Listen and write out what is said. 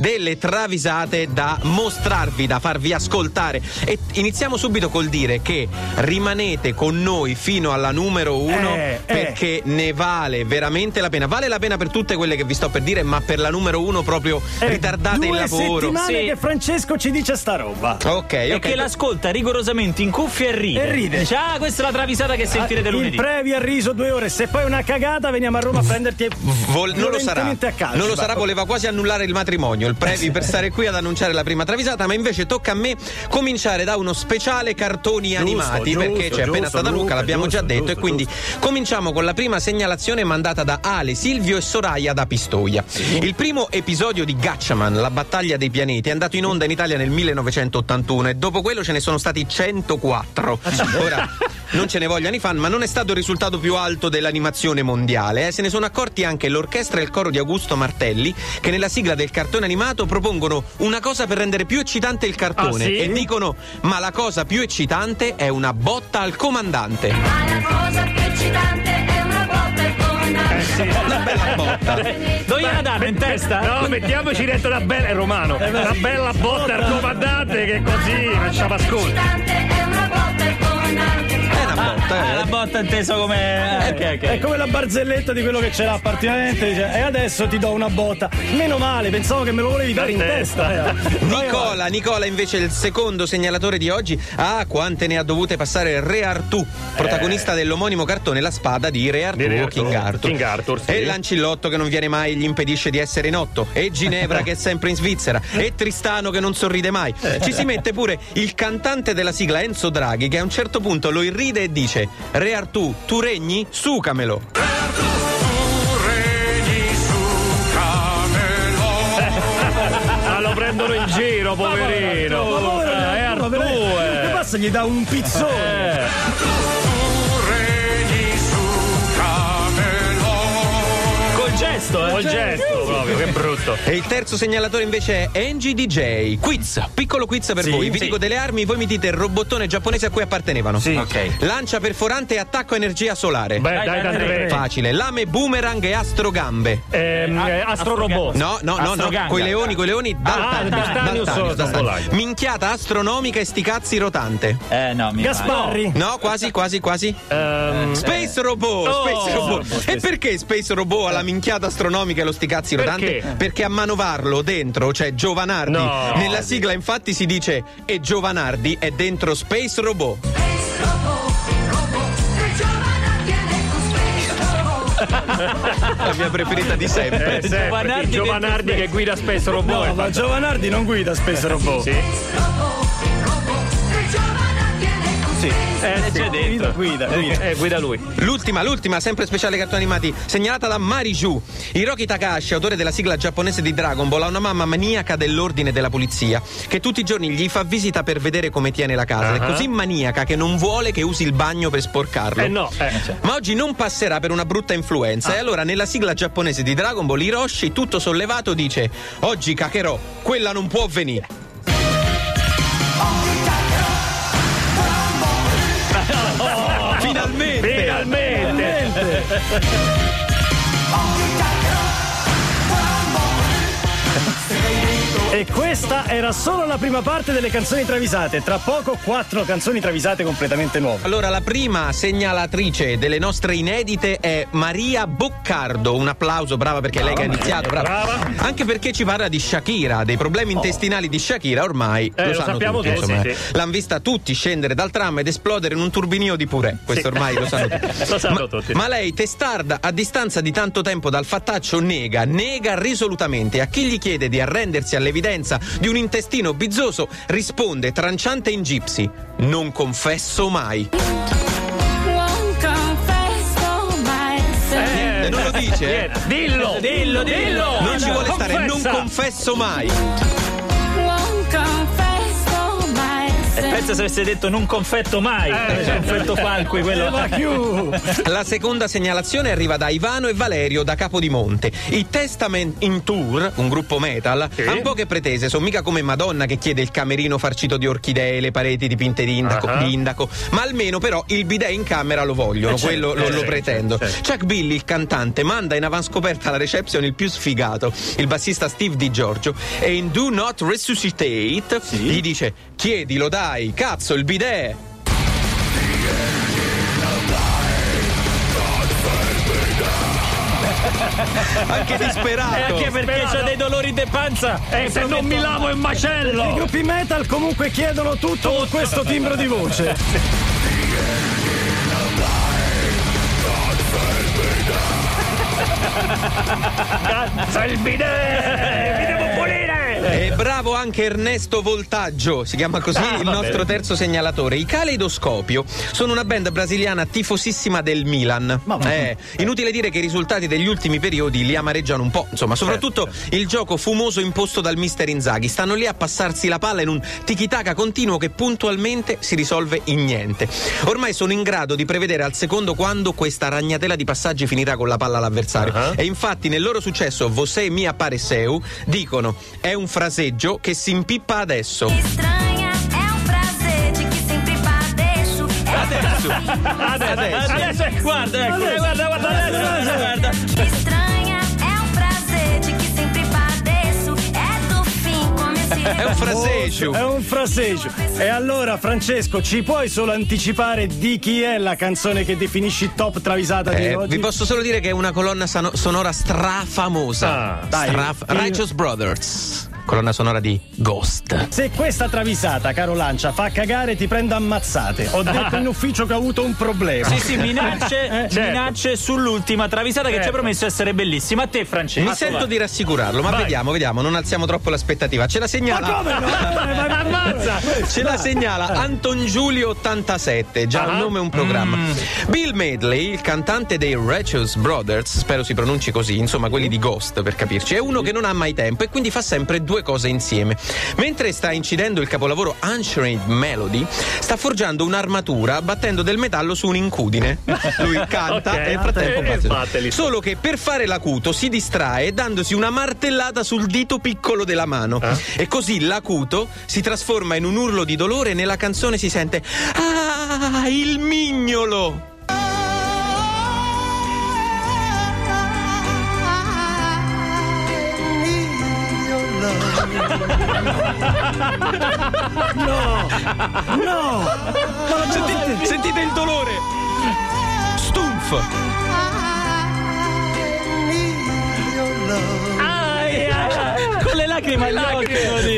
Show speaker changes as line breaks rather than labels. delle travisate da mostrarvi, da farvi ascoltare. E iniziamo subito col dire che rimanete con noi fino alla numero uno
Eh, eh.
perché ne vale veramente la pena. Vale la pena per tutte quelle che vi sto per dire, ma per la numero uno proprio
Eh,
ritardate il
due
lavoro.
settimane
Sì.
che Francesco ci dice sta roba.
Ok,
E
ok.
che l'ascolta rigorosamente in cuffia e ride.
E ride.
Dice, ah, questa è la travisata che sentirete
Ah,
lunedì.
Il previo ha riso due ore. Se poi è una cagata, veniamo a Roma a prenderti. e
Vol- non lo sarà,
violentemente A calcio,
non lo
va.
sarà, voleva quasi annullare il matrimonio, il previ per stare qui ad annunciare la prima travisata, ma invece tocca a me cominciare da uno speciale cartoni animati,
giusto,
perché c'è appena
giusto,
stata Luca,
Luca,
l'abbiamo
giusto,
già detto,
giusto,
e quindi cominciamo con la prima segnalazione mandata da Ale, Silvio e Soraya da Pistoia. Il primo episodio di Gatchaman, la battaglia dei pianeti, è andato in onda in Italia nel 1981 e dopo quello ce ne sono stati 104.
Ah,
Ora, non ce ne vogliono i fan, ma non è stato il risultato più alto dell'animazione mondiale. eh. Se ne sono accorti anche l'orchestra e il coro di Augusto Martelli, che nella sigla del cartone animato propongono una cosa per rendere più eccitante il cartone.
Ah, sì?
E dicono: Ma la cosa più eccitante è una botta al comandante.
Ma la cosa più eccitante è una botta al
Eh
comandante.
Una bella botta.
Dove gliela danno in testa?
No, mettiamoci dentro una bella, è romano,
Eh,
una bella botta al comandante che così facciamo ascolto.
eccitante è una botta al comandante.
È una
Ah, ah,
botta,
la
eh.
botta intesa come. ah, Ok, ok.
È come la barzelletta di quello che ce l'ha particolarmente. Dice, e adesso ti do una botta. Meno male, pensavo che me lo volevi dare in testa. eh.
Nicola, Nicola invece è il secondo segnalatore di oggi. Ah, quante ne ha dovute passare Re Artù, protagonista dell'omonimo cartone La spada di Re Artù
Eh. Di Re
o
Artù.
King Arthur.
King Arthur, sì.
E Lancillotto che non viene mai e gli impedisce di essere in otto. E Ginevra che è sempre in Svizzera. E Tristano che non sorride mai.
Eh.
Ci si mette pure il cantante della sigla Enzo Draghi che a un certo punto lo irride e dice Re Artù, tu regni? Sucamelo.
Ah, lo prendono in giro, poverino.
Ma povero
Ah, è
Arturo,
Artù,
veramente. Che
eh.
passa gli dà un pizzone.
Eh.
Col gesto, eh.
Col gesto proprio, che brutto.
E il terzo segnalatore invece è Engie DJ. Quiz, piccolo quiz per voi. Vi
sì.
dico delle armi, voi mi dite il robottone giapponese a cui appartenevano.
Sì.
Ok.
Lancia perforante e attacco a energia solare.
Beh, dai, da tre.
Facile. Lame, boomerang e astrogambe.
Ehm, eh, Astro Robot.
No, no, no, no,
Astroganga.
coi leoni, coi leoni, dal
Ah,
Thanos,
dal
dal
Thanos,
Thanos, dal
dal
Thanos.
Thanos.
Minchiata astronomica e sti cazzi rotante.
Eh, no, mi
Gasparri.
No, quasi, quasi, quasi.
Ehm,
Space Robot,
Oh,
Space Robot.
Space
E perché Space Robot ha la minchiata astronomica e lo sticazzi rodante?
Perché?
Perché a manovarlo dentro c'è Giovanardi.
No.
Nella sigla infatti si dice e Giovanardi è dentro Space Robot.
Space robot, robot, e giovane è con space robot.
La mia preferita di sempre.
eh, sempre,
Giovanardi
il Giovanardi
dentro
che guida spesso
No,
robot. è
ma Giovanardi non guida spesso robot.
Sì.
Robot, robot, e giovane è con space
pare. Eh, c'è dentro.
Guida, guida.
Eh, guida lui.
L'ultima, l'ultima, sempre speciale cartoni animati, segnalata da Mariju. Hiroki Takahashi, autore della sigla giapponese di Dragon Ball, ha una mamma maniaca dell'ordine e della pulizia, che tutti i giorni gli fa visita per vedere come tiene la casa. È
Ah.
così maniaca che non vuole che usi il bagno per sporcarlo.
Eh no, eh.
Ma oggi non passerà per una brutta influenza. E allora, nella sigla giapponese di Dragon Ball, Hiroshi, tutto sollevato, dice: Oggi Kakerò, quella non può venire. Finalmente!
Finalmente!
eh.
E questa era solo la prima parte delle canzoni travisate. Tra poco quattro canzoni travisate completamente nuove.
Allora, la prima segnalatrice delle nostre inedite è Maria Boccardo. Un applauso, brava perché è lei che ha iniziato, brava.
brava. Oh.
Anche perché ci parla di Shakira, dei problemi intestinali di Shakira ormai
Eh,
lo
lo
sanno
sappiamo
tutti,
tutti,
insomma.
sì, sì.
L'hanno vista tutti scendere dal tram ed esplodere in un turbinio di purè. Questo ormai lo sanno tutti.
Lo sanno
ma,
tutti.
ma lei, testarda, a distanza di tanto tempo dal fattaccio, nega, nega risolutamente. A chi gli chiede di arrendersi all'evidenza di un intestino bizzoso, risponde tranciante in gipsi: Non confesso mai.
Non confesso mai se
Niente, non lo dice. eh.
Niente. Dillo!
Dillo, dillo.
Non ci vuole stare, non
Confessa.
confesso mai.
non confesso mai
E Eh, pensa se avesse detto non confetto mai. Cioè,
Eh,
confetto Falqui, quello. Eh,
Ma più!
La seconda segnalazione arriva da Ivano e Valerio da Capodimonte. I Testament in Tour, un gruppo metal,
Sì.
hanno poche pretese, sono mica come Madonna che chiede il camerino farcito di orchidee, le pareti dipinte di indaco,
Ah.
di indaco. ma almeno però il bidet in camera lo vogliono,
Eh, certo,
quello lo,
eh,
lo
sì,
pretendo.
certo,
Chuck Billy, il cantante, manda in avanscoperta alla reception il più sfigato, il bassista Steve Di Giorgio, e in Do Not Resuscitate gli dice chiedilo dai, cazzo il bidet! Anche disperato!
Anche perché
Sperato.
c'ha dei dolori de panza.
E Eh, se non mi lavo è un
I
macello!
gruppi metal comunque chiedono tutto con questo timbro di voce.
Ecco,
Cazzo il bidet! Mi devo pulire!
E bravo anche Ernesto Voltaggio, si chiama così il nostro terzo segnalatore. I Caleidoscopio sono una band brasiliana tifosissima del Milan. Eh, inutile dire che i risultati degli ultimi periodi li amareggiano un po', insomma, soprattutto il gioco fumoso imposto dal mister Inzaghi. Stanno lì a passarsi la palla in un tiki-taka continuo che puntualmente si risolve in niente. Ormai sono in grado di prevedere al secondo quando questa ragnatela di passaggi finirà con la palla all'avversario. E infatti nel loro successo Vosé Mia Pareseu dicono è un fraseggio che si impippa adesso.
Estranha é um prazer de que sempre É padeço.
Adesso.
assim.
Adesso, adesso, Eh, guarda, ecco. Eh, guarda, guarda, adesso, guarda, guarda.
Estranha é um prazer de que sempre padeço. É do fim como esse
È un fraseggio.
È un fraseggio. E allora, Francesco, ci puoi solo anticipare di chi è la canzone che definisci top travisata di
Eh,
oggi?
vi posso solo dire che è una colonna sano- sonora strafamosa.
Ah,
dai.
Straf-
Io-
Righteous Brothers. Colonna sonora di Ghost.
Se questa travisata, caro Lancia, fa cagare, ti prendo ammazzate. Ho detto in ufficio che ho avuto un problema.
Sì, sì, minacce,
certo.
minacce sull'ultima travisata che ci ha
Certo.
promesso essere bellissima. A te, Francesco.
Mi sento di rassicurarlo, ma
Vai.
vediamo, vediamo, non alziamo troppo l'aspettativa. Ce la segnala.
Ma come no? Eh, ma-
Ammazza!
Ce la segnala Anton Giulio 87, già
Eh. Ah.
un nome e un programma. Bill Medley, il cantante dei Righteous Brothers, spero si pronunci così, insomma quelli di Ghost per capirci, è uno che non ha mai tempo e quindi fa sempre due cose insieme. Mentre sta incidendo il capolavoro Answering Melody, sta forgiando un'armatura battendo del metallo su un incudine. Lui canta
Ok,
e nel frattempo
e- e
batte.
batteli.
Solo che per fare l'acuto si distrae dandosi una martellata sul dito piccolo della mano. E così l'acuto si trasforma in un urlo di dolore e nella canzone si sente Ah, il mignolo!
No!
Sentite, sentite il dolore! Stumpf!
Con le lacrime agli occhi. devo
Ah.
dire.